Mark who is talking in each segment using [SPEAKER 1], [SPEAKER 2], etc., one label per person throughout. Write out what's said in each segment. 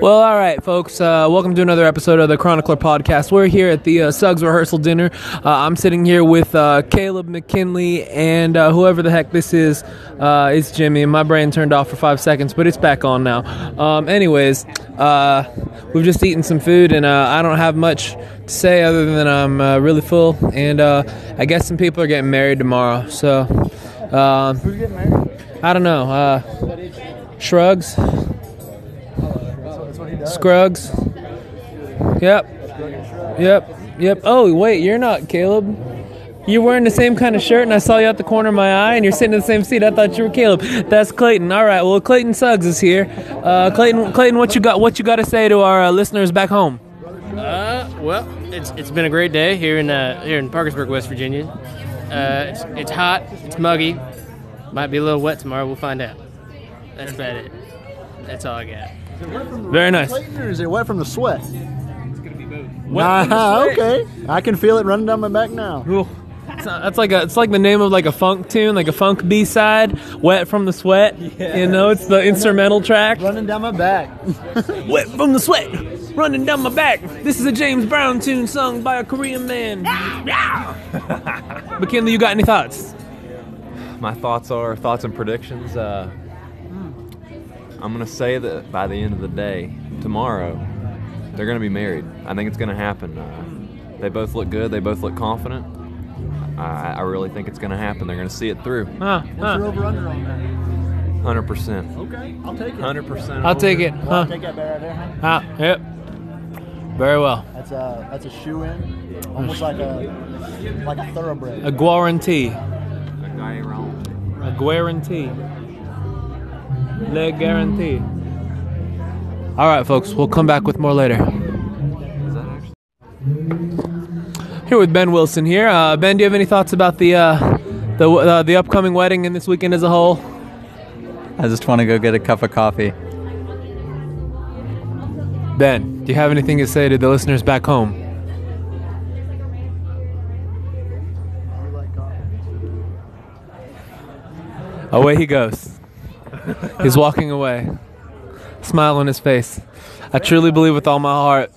[SPEAKER 1] Well, all right, folks. Uh, welcome to another episode of the Chronicler Podcast. We're here at the uh, Suggs rehearsal dinner. Uh, I'm sitting here with uh, Caleb McKinley and uh, whoever the heck this is. Uh, it's Jimmy. My brain turned off for five seconds, but it's back on now. Um, anyways, uh, we've just eaten some food, and uh, I don't have much to say other than I'm uh, really full, and uh, I guess some people are getting married tomorrow. So, um,
[SPEAKER 2] Who's getting married?
[SPEAKER 1] I don't know. Uh, shrugs,
[SPEAKER 2] That's what he does.
[SPEAKER 1] Scruggs. Yep. Yep. Yep. Oh, wait, you're not Caleb. You're wearing the same kind of shirt, and I saw you out the corner of my eye, and you're sitting in the same seat. I thought you were Caleb. That's Clayton. All right. Well, Clayton Suggs is here. Uh, Clayton, Clayton, what you got? What you got to say to our uh, listeners back home?
[SPEAKER 3] Uh, well, it's it's been a great day here in uh, here in Parkersburg, West Virginia. Uh, it's, it's hot, it's muggy, might be a little wet tomorrow. We'll find out. That's about it. That's all I got.
[SPEAKER 1] Very nice.
[SPEAKER 2] Clayton, or is it wet from the sweat?
[SPEAKER 1] Wet from the
[SPEAKER 2] Ah,
[SPEAKER 1] sweat.
[SPEAKER 2] okay. I can feel it running down my back now.
[SPEAKER 1] Ooh. It's not- That's like a, it's like the name of like a funk tune, like a funk B side, "Wet from the Sweat." You know, it's the instrumental track.
[SPEAKER 2] Running down my back.
[SPEAKER 1] Wet from the sweat, running down my back. This is a James Brown tune sung by a Korean man. McKinley, you got any thoughts?
[SPEAKER 4] My thoughts are thoughts and predictions. Uh, I'm gonna say that by the end of the day, tomorrow, they're gonna be married. I think it's gonna happen. Uh, they both look good. They both look confident. I, I really think it's gonna happen. They're gonna see it through.
[SPEAKER 1] Huh,
[SPEAKER 2] What's your
[SPEAKER 1] huh.
[SPEAKER 2] over under on that?
[SPEAKER 4] 100%.
[SPEAKER 2] Okay, I'll take it.
[SPEAKER 4] 100%.
[SPEAKER 1] I'll take it. Huh.
[SPEAKER 2] Take that bet right there. huh?
[SPEAKER 1] huh. Ah, Yep. Very well.
[SPEAKER 2] That's a that's a shoe in, almost like a like a thoroughbred.
[SPEAKER 1] A guarantee.
[SPEAKER 4] I ain't wrong.
[SPEAKER 1] A guarantee. Leg guarantee. All right, folks. We'll come back with more later.
[SPEAKER 4] Is that actually?
[SPEAKER 1] Here with Ben Wilson. Here, uh, Ben. Do you have any thoughts about the uh, the uh, the upcoming wedding and this weekend as a whole?
[SPEAKER 5] I just want to go get a cup of coffee.
[SPEAKER 1] Ben, do you have anything to say to the listeners back home? Away he goes. He's walking away. Smile on his face. I truly believe with all my heart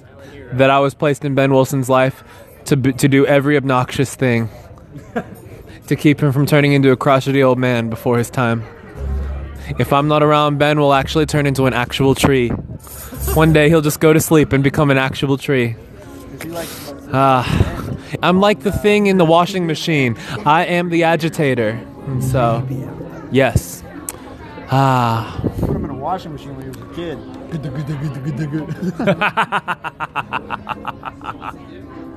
[SPEAKER 1] that I was placed in Ben Wilson's life to, b- to do every obnoxious thing to keep him from turning into a crotchety old man before his time. If I'm not around, Ben will actually turn into an actual tree. One day he'll just go to sleep and become an actual tree.
[SPEAKER 2] Is he like
[SPEAKER 1] Ah, I'm like the thing in the washing machine. I am the agitator. And so, yes. Ah,
[SPEAKER 2] put him in a washing machine when he was a kid?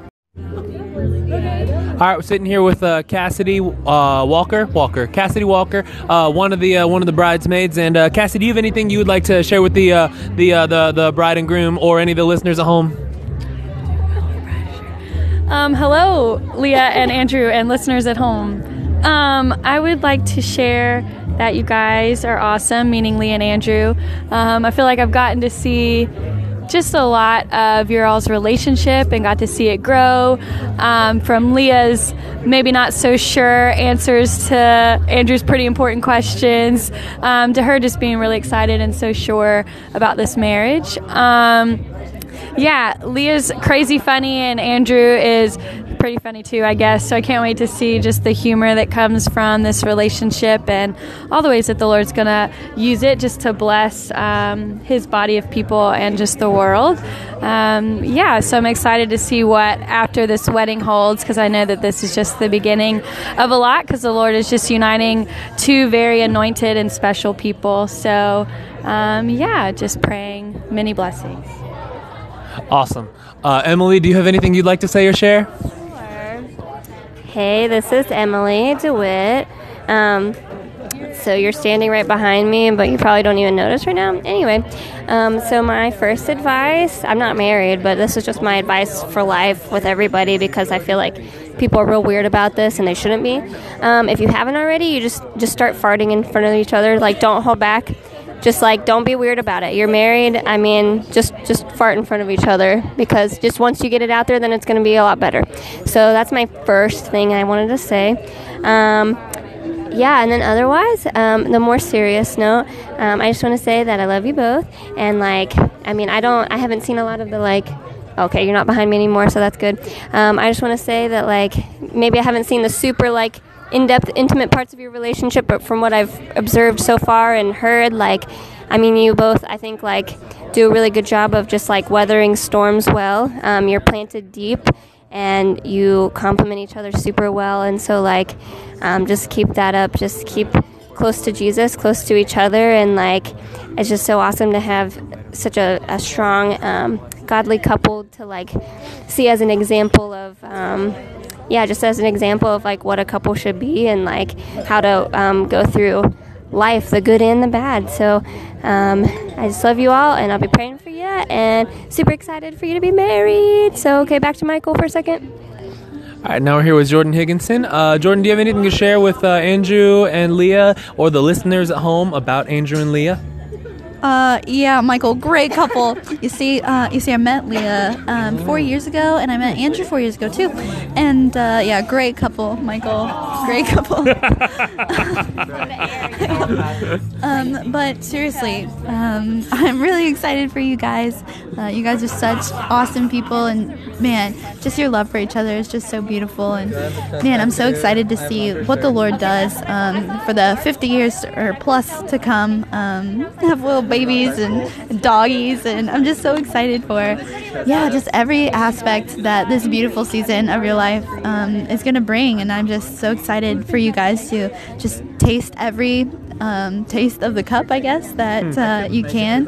[SPEAKER 1] All right, we're sitting here with uh, Cassidy uh, Walker, Walker, Cassidy Walker, uh, one of the uh, one of the bridesmaids. And uh, Cassidy, do you have anything you would like to share with the uh, the uh, the the bride and groom or any of the listeners at home?
[SPEAKER 6] Um, hello, Leah and Andrew and listeners at home. Um, I would like to share that you guys are awesome, meaning Leah and Andrew. Um, I feel like I've gotten to see just a lot of your all's relationship and got to see it grow um, from Leah's maybe not so sure answers to Andrew's pretty important questions um, to her just being really excited and so sure about this marriage. Um, yeah, Leah's crazy funny, and Andrew is pretty funny too, I guess. So I can't wait to see just the humor that comes from this relationship and all the ways that the Lord's going to use it just to bless um, his body of people and just the world. Um, yeah, so I'm excited to see what after this wedding holds because I know that this is just the beginning of a lot because the Lord is just uniting two very anointed and special people. So um, yeah, just praying many blessings.
[SPEAKER 1] Awesome. Uh, Emily, do you have anything you'd like to say or share?
[SPEAKER 7] Hey, this is Emily DeWitt. Um, so you're standing right behind me, but you probably don't even notice right now. Anyway, um, so my first advice I'm not married, but this is just my advice for life with everybody because I feel like people are real weird about this and they shouldn't be. Um, if you haven't already, you just, just start farting in front of each other. Like, don't hold back. Just like don't be weird about it. You're married. I mean, just just fart in front of each other because just once you get it out there, then it's going to be a lot better. So that's my first thing I wanted to say. Um, yeah, and then otherwise, um, the more serious note, um, I just want to say that I love you both. And like, I mean, I don't, I haven't seen a lot of the like, okay, you're not behind me anymore, so that's good. Um, I just want to say that like, maybe I haven't seen the super like in-depth, intimate parts of your relationship, but from what I've observed so far and heard, like, I mean, you both, I think, like, do a really good job of just like weathering storms well. Um, you're planted deep and you complement each other super well. And so, like, um, just keep that up. Just keep close to Jesus, close to each other. And, like, it's just so awesome to have such a, a strong, um, godly couple to, like, see as an example of. Um, yeah, just as an example of like what a couple should be and like how to um, go through life, the good and the bad. So um, I just love you all, and I'll be praying for you, and super excited for you to be married. So okay, back to Michael for a second.
[SPEAKER 1] All right, now we're here with Jordan Higginson. Uh, Jordan, do you have anything to share with uh, Andrew and Leah or the listeners at home about Andrew and Leah?
[SPEAKER 8] Uh, yeah, Michael, great couple. you see, uh, you see, I met Leah um, four years ago, and I met Andrew four years ago too. And uh, yeah, great couple, Michael, great couple. um, but seriously, um, I'm really excited for you guys. Uh, you guys are such awesome people, and man, just your love for each other is just so beautiful. And man, I'm so excited to see what the Lord does um, for the 50 years or plus to come. Um, have little babies and doggies, and I'm just so excited for, yeah, just every aspect that this beautiful season of your life um, is going to bring. And I'm just so excited for you guys to just taste every um, taste of the cup, I guess, that uh, you can,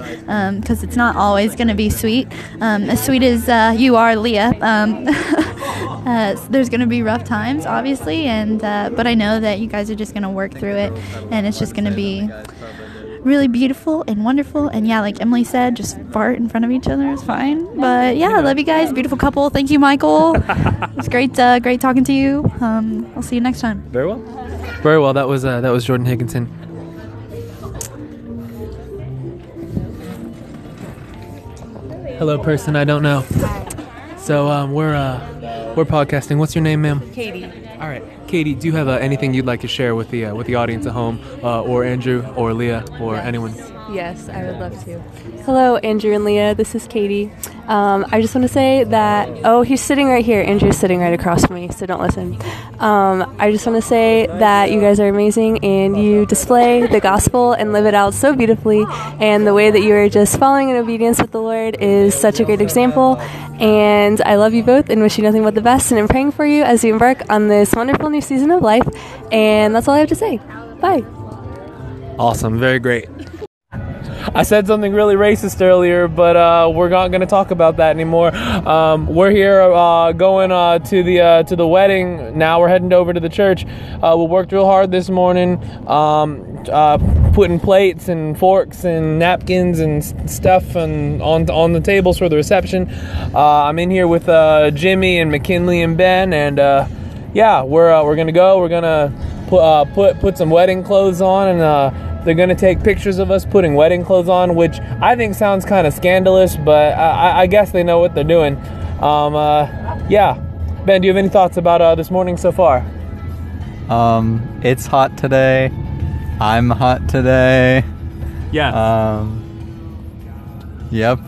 [SPEAKER 8] because it's not always going to be sweet. Um, as sweet as uh, you are, Leah, um, uh, there's going to be rough times, obviously, and uh, but I know that you guys are just going to work through it, and it's just going to be really beautiful and wonderful. And yeah, like Emily said, just fart in front of each other is fine. But yeah, I love you guys, beautiful couple. Thank you, Michael. it's great, uh, great talking to you. Um, I'll see you next time.
[SPEAKER 1] Very well. Very well. That was uh, that was Jordan Higginson. Hello, person I don't know. So um, we're uh, we're podcasting. What's your name, ma'am? Katie. All right, Katie. Do you have uh, anything you'd like to share with the uh, with the audience at home, uh, or Andrew, or Leah, or anyone?
[SPEAKER 9] Yes, I would love to.
[SPEAKER 10] Uh,
[SPEAKER 9] Hello, Andrew and Leah. This is Katie. Um, I just want to say that, oh, he's sitting right here. Andrew's sitting right across from me, so don't listen. Um, I just want to say that you guys are amazing and you display the gospel and live it out so beautifully. And the way that you are just following in obedience with the Lord is such a great example. And I love you both and wish you nothing but the best. And I'm praying for you as you embark on this wonderful new season of life. And that's all I have to say. Bye.
[SPEAKER 1] Awesome. Very great. I said something really racist earlier, but uh, we're not going to talk about that anymore. Um, we're here uh, going uh, to the uh, to the wedding now. We're heading over to the church. Uh, we worked real hard this morning, um, uh, putting plates and forks and napkins and s- stuff and on on the tables for the reception. Uh, I'm in here with uh, Jimmy and McKinley and Ben, and uh, yeah, we're uh, we're gonna go. We're gonna put uh, put put some wedding clothes on and. Uh, they're gonna take pictures of us putting wedding clothes on, which I think sounds kind of scandalous, but I, I- I guess they know what they're doing. Um, uh, yeah, Ben, do you have any thoughts about uh, this morning so far?
[SPEAKER 5] Um, it's hot today. I'm hot today.
[SPEAKER 1] Yeah.
[SPEAKER 5] Um, yep.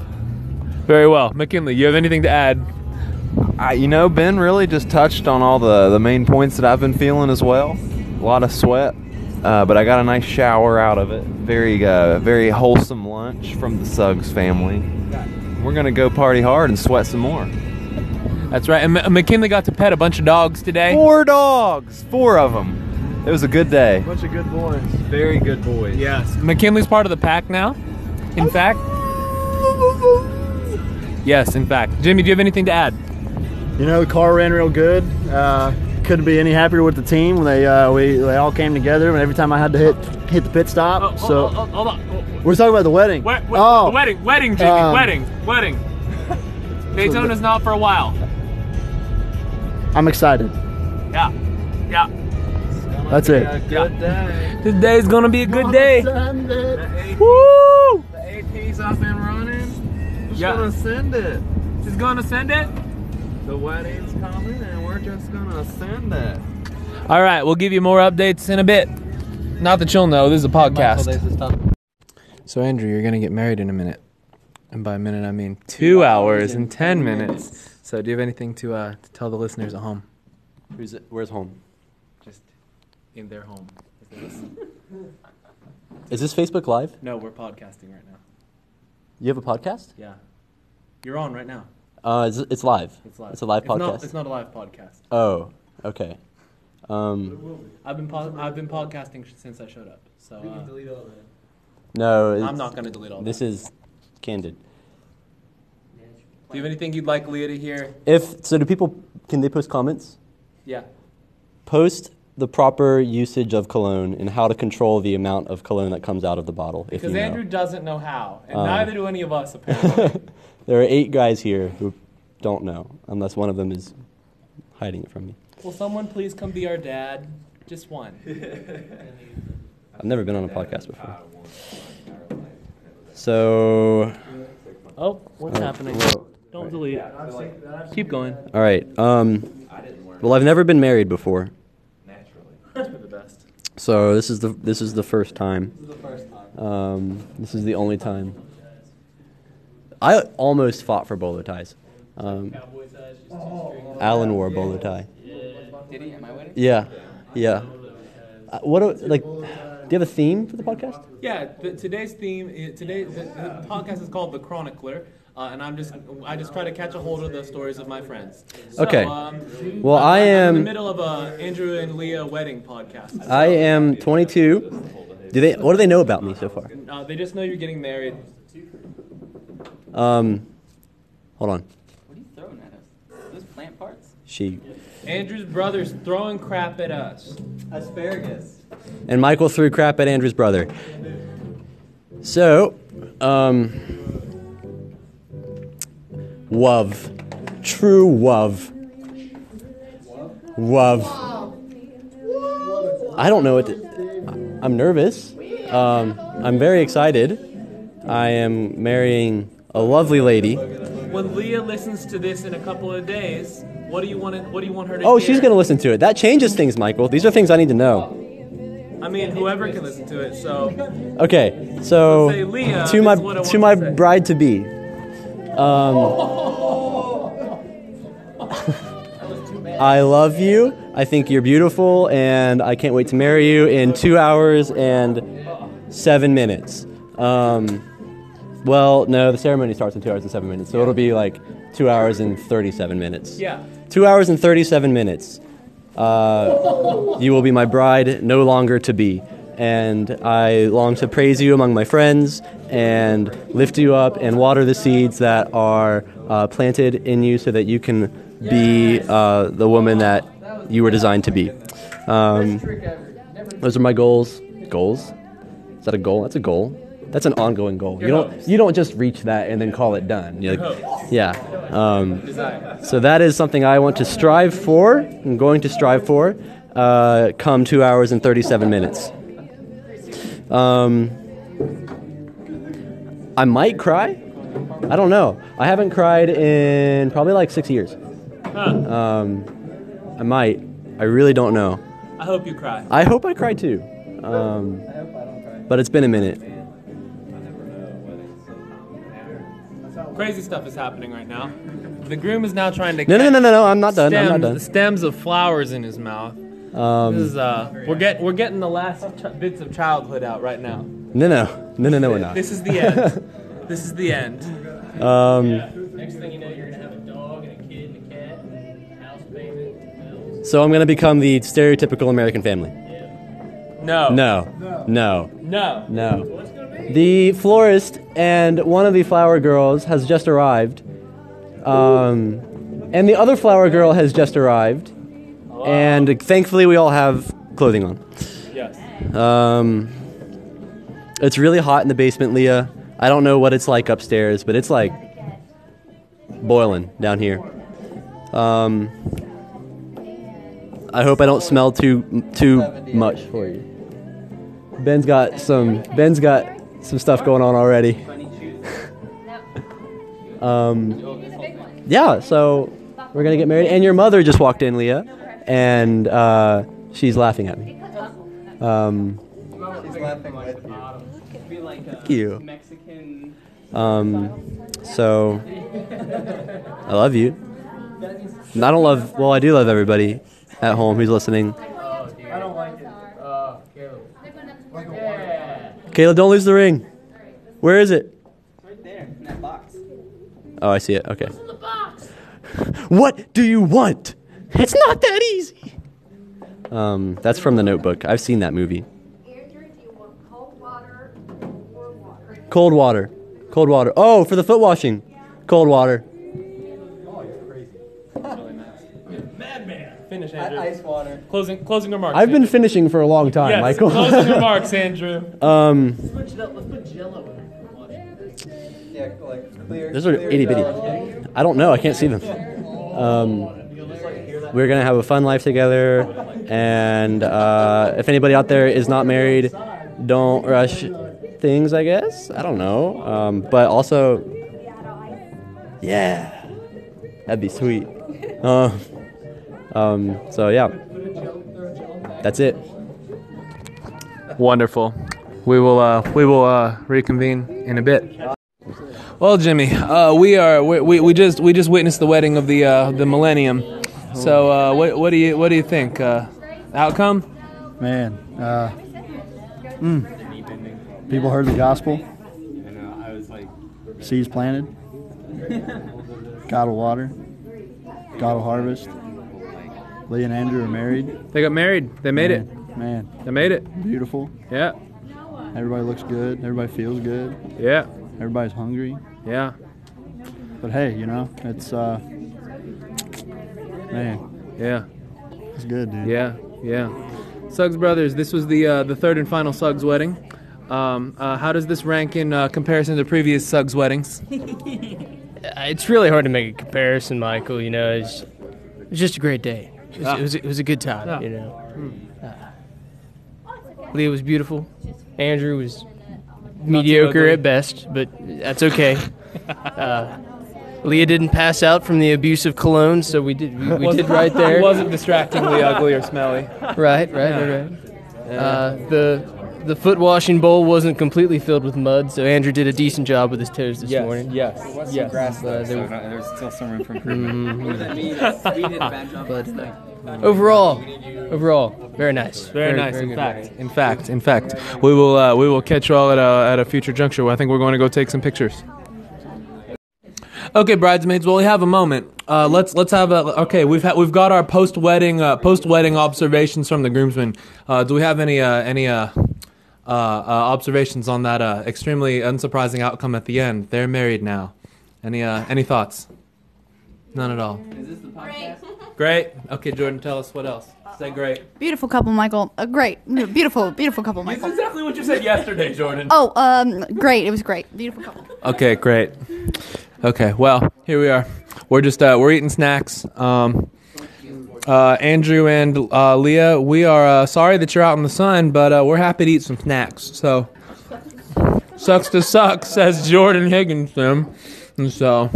[SPEAKER 1] Very well, McKinley. You have anything to add?
[SPEAKER 4] I, you know, Ben really just touched on all the, the main points that I've been feeling as well. A lot of sweat, uh, but I got a nice shower out of it. Very, uh, very wholesome lunch from the Suggs family. We're gonna go party hard and sweat some more.
[SPEAKER 1] That's right. And M- McKinley got to pet a bunch of dogs today.
[SPEAKER 4] Four dogs, four of them. It was a good day.
[SPEAKER 2] Bunch of good boys.
[SPEAKER 4] Very good boys.
[SPEAKER 1] Yes. McKinley's part of the pack now. In fact. Yes, in fact. Jimmy, do you have anything to add?
[SPEAKER 2] You know, the car ran real good. Uh, couldn't be any happier with the team. When they uh, we they all came together, and every time I had to hit hit the pit stop.
[SPEAKER 1] Oh,
[SPEAKER 2] so
[SPEAKER 1] hold on.
[SPEAKER 2] we're talking about the wedding. oh,
[SPEAKER 1] wedding, wedding,
[SPEAKER 2] Jimmy, Um,
[SPEAKER 1] wedding, wedding.
[SPEAKER 2] Daytona's
[SPEAKER 1] not for a while.
[SPEAKER 2] I'm excited.
[SPEAKER 1] Yeah, yeah.
[SPEAKER 2] That's it.
[SPEAKER 1] Good day. Today's gonna be a good day.
[SPEAKER 2] Woo!
[SPEAKER 4] AP's up and running. Just
[SPEAKER 1] Yeah. gonna
[SPEAKER 4] send it.
[SPEAKER 1] She's gonna send it.
[SPEAKER 4] The wedding's coming, and we're just gonna send it.
[SPEAKER 1] All right, we'll give you more updates in a bit. Not that you'll know. This is a podcast. So, Andrew, you're going to get married in a minute. And by a minute, I mean two hours and 10 minutes. So, do you have anything to, uh, to tell the listeners at home?
[SPEAKER 4] Who's it? Where's home?
[SPEAKER 1] Just in their home.
[SPEAKER 4] Is this Facebook Live?
[SPEAKER 1] No, we're podcasting right now.
[SPEAKER 4] You have a podcast?
[SPEAKER 1] Yeah. You're on right now.
[SPEAKER 4] Uh, it's, it's live.
[SPEAKER 1] It's live.
[SPEAKER 4] It's a live
[SPEAKER 1] It's not-
[SPEAKER 4] podcast.
[SPEAKER 1] it's not a live podcast.
[SPEAKER 4] Oh, okay. Um,
[SPEAKER 1] I've been po- I've been podcasting sh- since I showed up. So uh,
[SPEAKER 4] no. it's-
[SPEAKER 1] I'm not going to delete all
[SPEAKER 4] This
[SPEAKER 1] that.
[SPEAKER 4] is candid.
[SPEAKER 1] Do you have anything you'd like Leah to hear?
[SPEAKER 4] If so, do people? Can they post comments?
[SPEAKER 1] Yeah.
[SPEAKER 4] Post the proper usage of cologne and how to control the amount of cologne that comes out of the bottle. If you
[SPEAKER 1] Because
[SPEAKER 4] know.
[SPEAKER 1] Andrew doesn't know how, and
[SPEAKER 4] Um,
[SPEAKER 1] neither do any of us apparently.
[SPEAKER 4] there are eight guys here who don't know, unless one of them is hiding it from me.
[SPEAKER 1] Will someone please come be our dad? Just one. Oh,
[SPEAKER 4] I've never been on a podcast before. So,
[SPEAKER 3] Oh, what's
[SPEAKER 4] Uh,
[SPEAKER 3] happening?
[SPEAKER 4] whoa.
[SPEAKER 3] Don't delete it. Keep going.
[SPEAKER 4] all right. Um, well, I've never been married before,
[SPEAKER 1] the best.
[SPEAKER 4] so this is the this is the first time. Um, this is the only time. I almost fought for bowler ties. Um, Alan wore a bowler tie.
[SPEAKER 11] Did he at my wedding?
[SPEAKER 4] Yeah, yeah. Uh, what do, like? Do you have a theme for the podcast?
[SPEAKER 1] Yeah, the, today's theme. i- Today, the, the podcast is called The Chronicler, uh, and I'm just I just try to catch a hold of the stories of my friends. So,
[SPEAKER 4] Okay.
[SPEAKER 1] Um,
[SPEAKER 4] Well,
[SPEAKER 1] I'm-
[SPEAKER 4] I
[SPEAKER 1] I'm in
[SPEAKER 4] am-
[SPEAKER 1] the middle of a Andrew and Leah wedding podcast.
[SPEAKER 4] I am 22. Do they? What do they know about me so far?
[SPEAKER 1] Uh, they just know you're getting married.
[SPEAKER 4] Um, hold on.
[SPEAKER 11] What are you throwing at us? Those plant parts?
[SPEAKER 4] She
[SPEAKER 1] Andrew's brother's throwing crap at us.
[SPEAKER 11] Asparagus.
[SPEAKER 4] and Michael threw crap at Andrew's brother. So, um, wov, true wov, wov. I don't know what. To, I'm nervous. Um, I'm very excited. I am marrying a lovely lady.
[SPEAKER 1] When Leah listens to this in a couple of days, what do you want? What do you want her to?
[SPEAKER 4] Oh,
[SPEAKER 1] hear?
[SPEAKER 4] she's gonna listen to it. That changes things, Michael. These are things I need to know.
[SPEAKER 1] I mean, whoever can listen to it. So.
[SPEAKER 4] Okay, so
[SPEAKER 1] Say, Leah,
[SPEAKER 4] to my
[SPEAKER 1] is what I wanted
[SPEAKER 4] to my
[SPEAKER 1] to say.
[SPEAKER 4] bride to be. Um, I love you. I think you're beautiful, and I can't wait to marry you in two hours and seven minutes. Um, well, no, the ceremony starts in two hours and seven minutes, so it'll be like two hours and thirty-seven minutes.
[SPEAKER 1] Yeah.
[SPEAKER 4] Two hours and 37 minutes. Uh, you will be my bride, no longer to be. And I long to praise you among my friends and lift you up and water the seeds that are uh, planted in you so that you can be uh, the woman that you were designed to be. Um, those are my goals. Goals? Is that a goal? That's a goal. That's an ongoing goal. You don't, you don't just reach that and then call it done. You're like, yeah. Um, so that is something I want to strive for. I'm going to strive for. Uh, come two hours and thirty-seven minutes. Um, I might cry. I don't know. I haven't cried in probably like six years. Um, I might. I really don't know.
[SPEAKER 1] I hope you cry.
[SPEAKER 4] I hope I cry too. Um, but it's been a minute.
[SPEAKER 1] Crazy stuff is happening right now. The groom is now trying to
[SPEAKER 4] No, no,
[SPEAKER 1] catch
[SPEAKER 4] no, no, no. I'm not done.
[SPEAKER 1] stems,
[SPEAKER 4] I'm not
[SPEAKER 1] stems of flowers in his mouth.
[SPEAKER 4] done. Um,
[SPEAKER 1] This is uh, we're get we're getting the last ch- bits of childhood out right now.
[SPEAKER 4] no, no, no, no, no. We're not.
[SPEAKER 1] This is the end. this is the end.
[SPEAKER 4] Um,
[SPEAKER 3] Next thing you know, you're gonna have a dog and a kid and a cat, house payment, bills.
[SPEAKER 4] So I'm gonna become the stereotypical American family.
[SPEAKER 1] No.
[SPEAKER 4] No, no,
[SPEAKER 1] No.
[SPEAKER 4] no. The florist and one of the flower girls has just arrived, um, and the other flower girl has just arrived, and thankfully we all have clothing on.
[SPEAKER 1] Yes.
[SPEAKER 4] Um, it's really hot in the basement, Leah. I don't know what it's like upstairs, but it's like boiling down here. Um, I hope I don't smell too too much for you. Ben's got some Ben's got some stuff going on already. um, yeah, so we're gonna get married, and your mother just walked in, Leah, and uh, she's laughing at me. Um,
[SPEAKER 12] laughing with you. Be like a
[SPEAKER 4] Thank you.
[SPEAKER 12] Mexican.
[SPEAKER 4] Um, so I love you. And I don't love. Well, I do love everybody at home who's listening.
[SPEAKER 3] I don't like it. Oh, Caleb. Yeah.
[SPEAKER 4] Caleb, don't lose the ring. Where is it?
[SPEAKER 12] Right there in that box.
[SPEAKER 4] Oh, I see it. Okay. What do you want? It's not that easy. Um, that's from The Notebook. I've seen that movie. Cold water. Cold water. Oh, for the foot washing. Cold water.
[SPEAKER 1] Madman. Finish,
[SPEAKER 12] Andrew. Ice water.
[SPEAKER 1] Closing, closing remarks.
[SPEAKER 4] I've been finishing for a long time,
[SPEAKER 1] Yes,
[SPEAKER 4] Michael.
[SPEAKER 1] closing remarks, Andrew.
[SPEAKER 4] Um,
[SPEAKER 12] Switch it up. Let's put Jello in. Yeah, like clear.
[SPEAKER 4] those are
[SPEAKER 12] clear
[SPEAKER 4] itty bitty.
[SPEAKER 12] Jell-O.
[SPEAKER 4] I don't know. I can't see them. Um, we're gonna have a fun life together, and uh, if anybody out there is not married, don't rush things. I guess I don't know, um, but also, yeah, that'd be sweet. Uh, um, so yeah, that's it.
[SPEAKER 1] Wonderful. We will uh, we will uh, reconvene in a bit. Well, Jimmy, uh, we are we, we, we just we just witnessed the wedding of the uh, the millennium. So uh, what what do you what do you think? Uh, outcome?
[SPEAKER 2] Man, uh, mm. people heard the gospel, seeds planted, God will water, God will harvest. Lee and Andrew are married.
[SPEAKER 1] They got married. They made it.
[SPEAKER 2] Man,
[SPEAKER 1] They made it.
[SPEAKER 2] beautiful.
[SPEAKER 1] Yeah.
[SPEAKER 2] Everybody looks good. Everybody feels good.
[SPEAKER 1] Yeah.
[SPEAKER 2] Everybody's hungry.
[SPEAKER 1] Yeah.
[SPEAKER 2] But hey, you know, it's uh, man,
[SPEAKER 1] Yeah.
[SPEAKER 2] it's good, dude.
[SPEAKER 1] Yeah, yeah. Suggs Brothers, this was the uh, the third and final Suggs wedding. Um, uh, how does this rank in uh, comparison to previous Suggs weddings?
[SPEAKER 3] It's really hard to make a comparison, Michael. You know, it's, it's just a great day. It was,
[SPEAKER 1] Ah.
[SPEAKER 3] it was, it was a good time.
[SPEAKER 1] Yeah.
[SPEAKER 3] You know, uh, Leah was beautiful. Andrew was mediocre
[SPEAKER 1] ugly.
[SPEAKER 3] at best, but that's okay. uh, Leah didn't pass out from the abuse of cologne, so we did we, we did right there.
[SPEAKER 1] It wasn't distractingly ugly or smelly.
[SPEAKER 3] Right, right, right, right. Uh, the the foot washing bowl wasn't completely filled with mud, so Andrew did a decent job with his toes this morning.
[SPEAKER 1] yes, Mm-hmm.
[SPEAKER 12] Grass though,
[SPEAKER 3] they were-
[SPEAKER 12] there's still some room for improvement. what does that mean? We did a bad job last night.
[SPEAKER 3] Overall, overall, very nice.
[SPEAKER 1] Very, nice.
[SPEAKER 3] very
[SPEAKER 1] in
[SPEAKER 3] good
[SPEAKER 1] fact, in fact, in fact, we will uh, we will catch you all at a, at a future juncture. I think we're going to go take some pictures. Okay, bridesmaids. Well, we have a moment. Uh, let's let's have a okay. We've ha- we've got our post wedding uh, post wedding observations from the groomsmen. Uh, do we have any uh, any uh, uh, uh, observations on that uh, extremely unsurprising outcome at the end? They're married now. Any uh, any thoughts? None at all.
[SPEAKER 12] Is this the podcast?
[SPEAKER 1] Great. Okay, Jordan, tell us what else. Say great.
[SPEAKER 8] Beautiful couple, Michael. A great, beautiful, beautiful couple, Michael.
[SPEAKER 1] exactly what you said yesterday, Jordan.
[SPEAKER 8] Oh, um, great. It was great. Beautiful couple.
[SPEAKER 1] Okay, great. Okay, well, here we are. We're just uh, we're eating snacks. Um, uh, Andrew and uh, Leah, we are uh, sorry that you're out in the sun, but uh, we're happy to eat some snacks. So, sucks to suck, says Jordan Higginson. And so,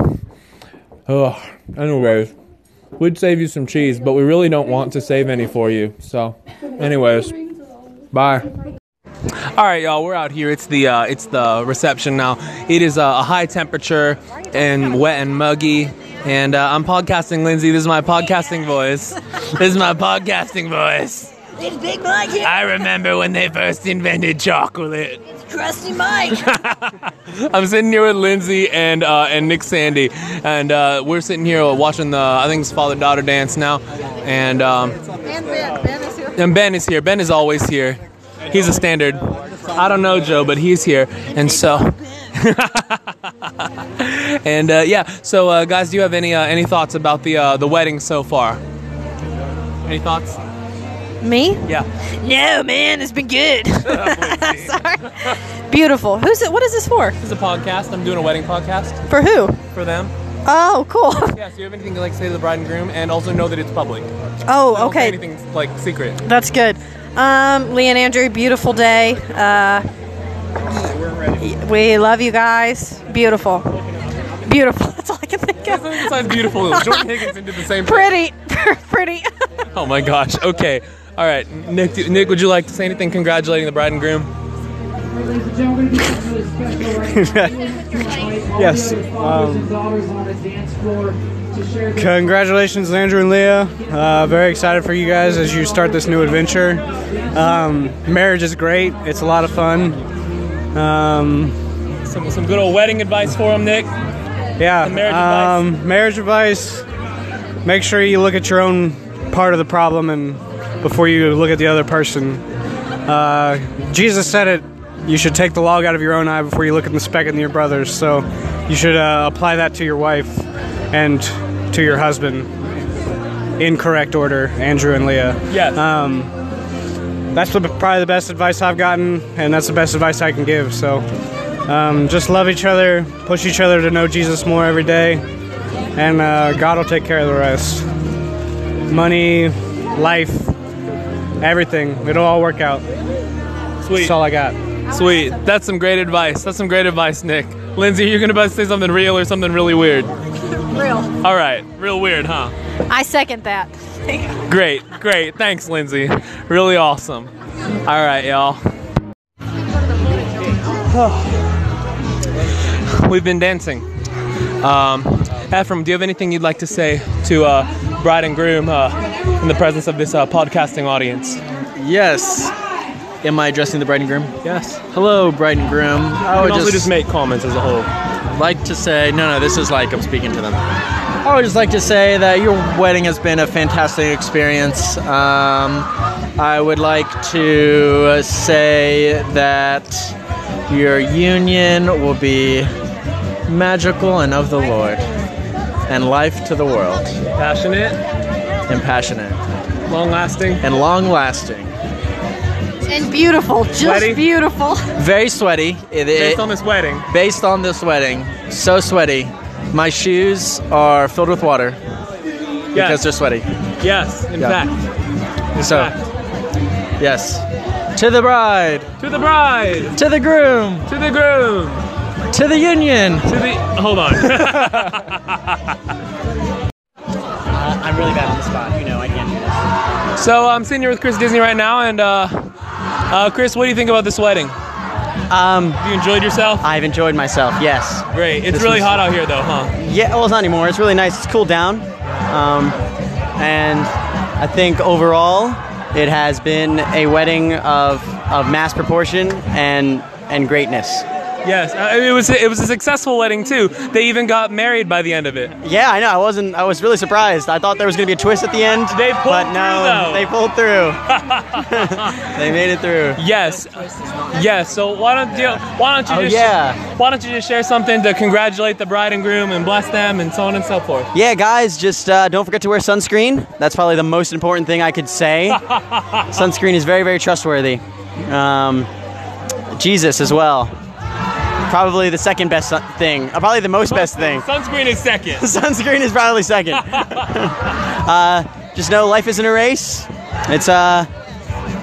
[SPEAKER 1] ugh, anyways, we'd save you some cheese, but we really don't want to save any for you. So, anyways, bye. All right, y'all, we're out here. It's the uh, it's the reception now. It is uh, a high temperature and wet and muggy. And uh, I'm podcasting, Lindsay. This is my podcasting voice. This is my podcasting voice.
[SPEAKER 13] It's Big Mike here.
[SPEAKER 1] I remember when they first invented chocolate.
[SPEAKER 13] It's Crusty Mike.
[SPEAKER 1] I'm sitting here with Lindsay and uh, and Nick Sandy, and uh, we're sitting here watching the I think it's father daughter dance now, and um,
[SPEAKER 13] and Ben. Ben is here.
[SPEAKER 1] and Ben is here. Ben is always here. He's a standard. I don't know Joe, but he's here, and so. and uh, yeah, so uh, guys, do you have any uh, any thoughts about the uh, the wedding so far? Any thoughts?
[SPEAKER 13] Me?
[SPEAKER 1] Yeah. Oh,
[SPEAKER 13] No, man. It's been good. Sorry. Beautiful. Who's it? What is this for?
[SPEAKER 1] This is a podcast. I'm doing a wedding podcast
[SPEAKER 13] For who?
[SPEAKER 1] for them.
[SPEAKER 13] Oh, cool.
[SPEAKER 1] Yeah. So you have anything to like say to the bride and groom, and also know that it's public.
[SPEAKER 13] Oh, okay.
[SPEAKER 1] Anything like secret?
[SPEAKER 13] That's good. Um, Lee and Andrew, beautiful day. Uh, we love you guys. Beautiful. Beautiful. That's all I can think of.
[SPEAKER 1] Besides beautiful, Jordan Higginson did the same. thing.
[SPEAKER 13] Pretty. Pretty.
[SPEAKER 1] Oh my gosh. Okay. All right, Nick. do- Nick, would you like to say anything congratulating the bride and groom?
[SPEAKER 14] yes. Um, congratulations, Andrew and Leah. Uh, very excited for you guys as you start this new adventure. Um, marriage is great. It's a lot of fun. Um,
[SPEAKER 1] some, some good old wedding advice for them, Nick.
[SPEAKER 14] Yeah.
[SPEAKER 1] Some marriage
[SPEAKER 14] um, Marriage advice. Make sure you look at your own part of the problem and before you look at the other person. Uh, Jesus said it. You should take the log out of your own eye before you look at the speck in your brother's. So you should uh, apply that to your wife and to your husband in correct order, Andrew and Leah.
[SPEAKER 1] Yes.
[SPEAKER 14] Um, that's the, probably the best advice I've gotten, and that's the best advice I can give. So um, just love each other, push each other to know Jesus more every day, and uh, God will take care of the rest. Money, life, everything. It'll all work out.
[SPEAKER 1] Sweet.
[SPEAKER 14] That's all I got.
[SPEAKER 1] Sweet. That's some great advice. That's some great advice, Nick. Lindsay, you're gonna about to say something real or something really weird.
[SPEAKER 13] Real.
[SPEAKER 1] All right, real weird, huh?
[SPEAKER 13] I second that.
[SPEAKER 1] Great, great. Thanks, Lindsay. Really awesome. All right, y'all. We've been dancing. Um, Ephraim, do you have anything you'd like to say to uh, bride and groom uh, in the presence of this uh, podcasting audience?
[SPEAKER 12] Yes. Am I addressing the bride and groom?
[SPEAKER 1] Yes.
[SPEAKER 12] Hello, bride and groom. I
[SPEAKER 1] can also just make comments as a
[SPEAKER 12] whole. Like to say, no, no, this is like I'm speaking to them. I would just like to say that your wedding has been a fantastic experience. Um, I would like to say that your union will be magical and of the Lord, and life to the world,
[SPEAKER 1] Passionate,
[SPEAKER 12] and passionate,
[SPEAKER 1] long lasting,
[SPEAKER 12] and long lasting.
[SPEAKER 13] And beautiful. Just
[SPEAKER 12] Sweaty?
[SPEAKER 13] beautiful.
[SPEAKER 12] Very sweaty. It-
[SPEAKER 1] Based
[SPEAKER 12] it-
[SPEAKER 1] on this wedding.
[SPEAKER 12] based on this wedding, so sweaty. My shoes are filled with water because they're sweaty.
[SPEAKER 1] Yes, in
[SPEAKER 12] Yeah.
[SPEAKER 1] fact.
[SPEAKER 12] so, yes. To the bride,
[SPEAKER 1] To the bride,
[SPEAKER 12] to the groom,
[SPEAKER 1] to the groom,
[SPEAKER 12] to the union.
[SPEAKER 1] to the. Hold on.
[SPEAKER 11] Uh, I'm really bad on the spot. You know, I can't do this.
[SPEAKER 1] So I'm sitting here with Chris Disney right now, and uh, uh, Chris, what do you think about this wedding?
[SPEAKER 11] Um,
[SPEAKER 1] Have you enjoyed yourself?
[SPEAKER 11] I've enjoyed myself. Yes.
[SPEAKER 1] Great. It's
[SPEAKER 11] This
[SPEAKER 1] really
[SPEAKER 11] was-
[SPEAKER 1] hot out here, though, huh?
[SPEAKER 11] Yeah. Well, it's not anymore. It's really nice. It's cooled down, um, and I think overall it has been a wedding of of mass proportion and and greatness.
[SPEAKER 1] Yes, uh, it was it was a successful wedding too. They even got married by the end of it.
[SPEAKER 11] Yeah, I know. I wasn't. I was really surprised. I thought there was going to be a twist at the end. They pulled but no,
[SPEAKER 1] through, though.
[SPEAKER 11] They pulled through. they made it through.
[SPEAKER 1] Yes, yes. So why don't you why don't you
[SPEAKER 11] Oh,
[SPEAKER 1] just
[SPEAKER 11] yeah.
[SPEAKER 1] why don't you just share something to congratulate the bride and groom and bless them and so on and so forth.
[SPEAKER 11] Yeah, guys, just uh, don't forget to wear sunscreen. That's probably the most important thing I could say. sunscreen is very, very trustworthy. Um, Jesus as well. Probably the second best sun- thing. Uh, probably the most best thing.
[SPEAKER 1] Sunscreen is second.
[SPEAKER 11] sunscreen is probably second. uh, just know life isn't a race. It's uh,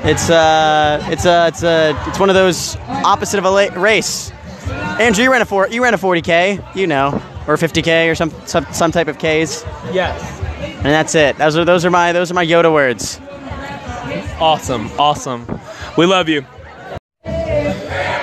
[SPEAKER 11] it's uh, it's uh, it's uh, it's one of those opposite of a la- race. Andrew, you ran a four, you ran a 40k, you know, or 50k or some some, some type of k's,
[SPEAKER 1] Yes.
[SPEAKER 11] and that's it. Those are those are my those are my Yoda words.
[SPEAKER 1] Awesome, awesome. We love you.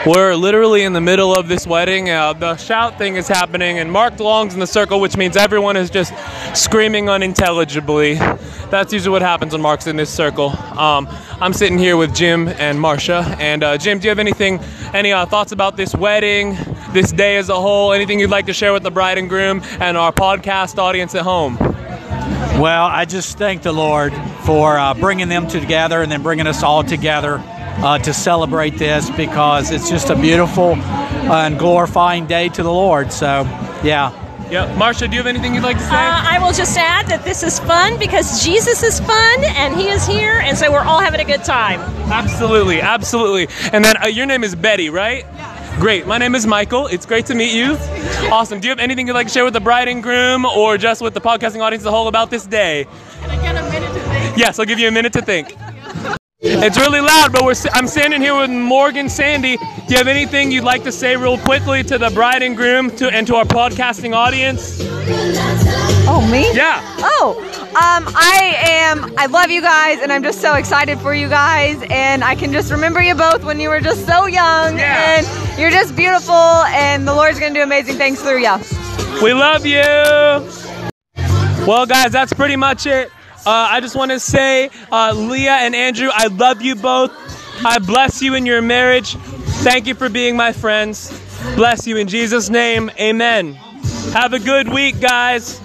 [SPEAKER 1] We're literally in the middle of this wedding. Uh, the shout thing is happening, and Mark DeLong's in the circle, which means everyone is just screaming unintelligibly. That's usually what happens when Mark's in this circle. Um, I'm sitting here with Jim and Marcia. And uh, Jim, do you have anything, any uh, thoughts about this wedding, this day as a whole? Anything you'd like to share with the bride and groom and our podcast audience at home?
[SPEAKER 15] Well, I just thank the Lord for uh, bringing them together and then bringing us all together uh, to celebrate this because it's just a beautiful uh, and glorifying day to the Lord. So, yeah.
[SPEAKER 1] Yeah, Marcia, do you have anything you'd like to say?
[SPEAKER 10] Uh, I will just add that this is fun because Jesus is fun and he is here, and so we're all having a good time.
[SPEAKER 1] Absolutely, absolutely. And then uh, your name is Betty, right? Great. My name is Michael. It's great to meet you. Awesome. Do you have anything you'd like to share with the bride and groom or just with the podcasting audience as a whole about this day? Yes, I'll give you a minute to think. It's really loud, but we're, s- I'm standing here with Morgan Sandy. Do you have anything you'd like to say real quickly to the bride and groom to, and to our podcasting audience?
[SPEAKER 16] Oh, me?
[SPEAKER 1] Yeah.
[SPEAKER 16] Oh, um, I am. I love you guys, and I'm just so excited for you guys. And I can just remember you both when you were just so young, and you're just beautiful. And the Lord's gonna do amazing things through you.
[SPEAKER 1] We love you. Well, guys, that's pretty much it. Uh, I just want to say, uh, Leah and Andrew, I love you both. I bless you in your marriage. Thank you for being my friends. Bless you in Jesus' name. Amen. Have a good week, guys.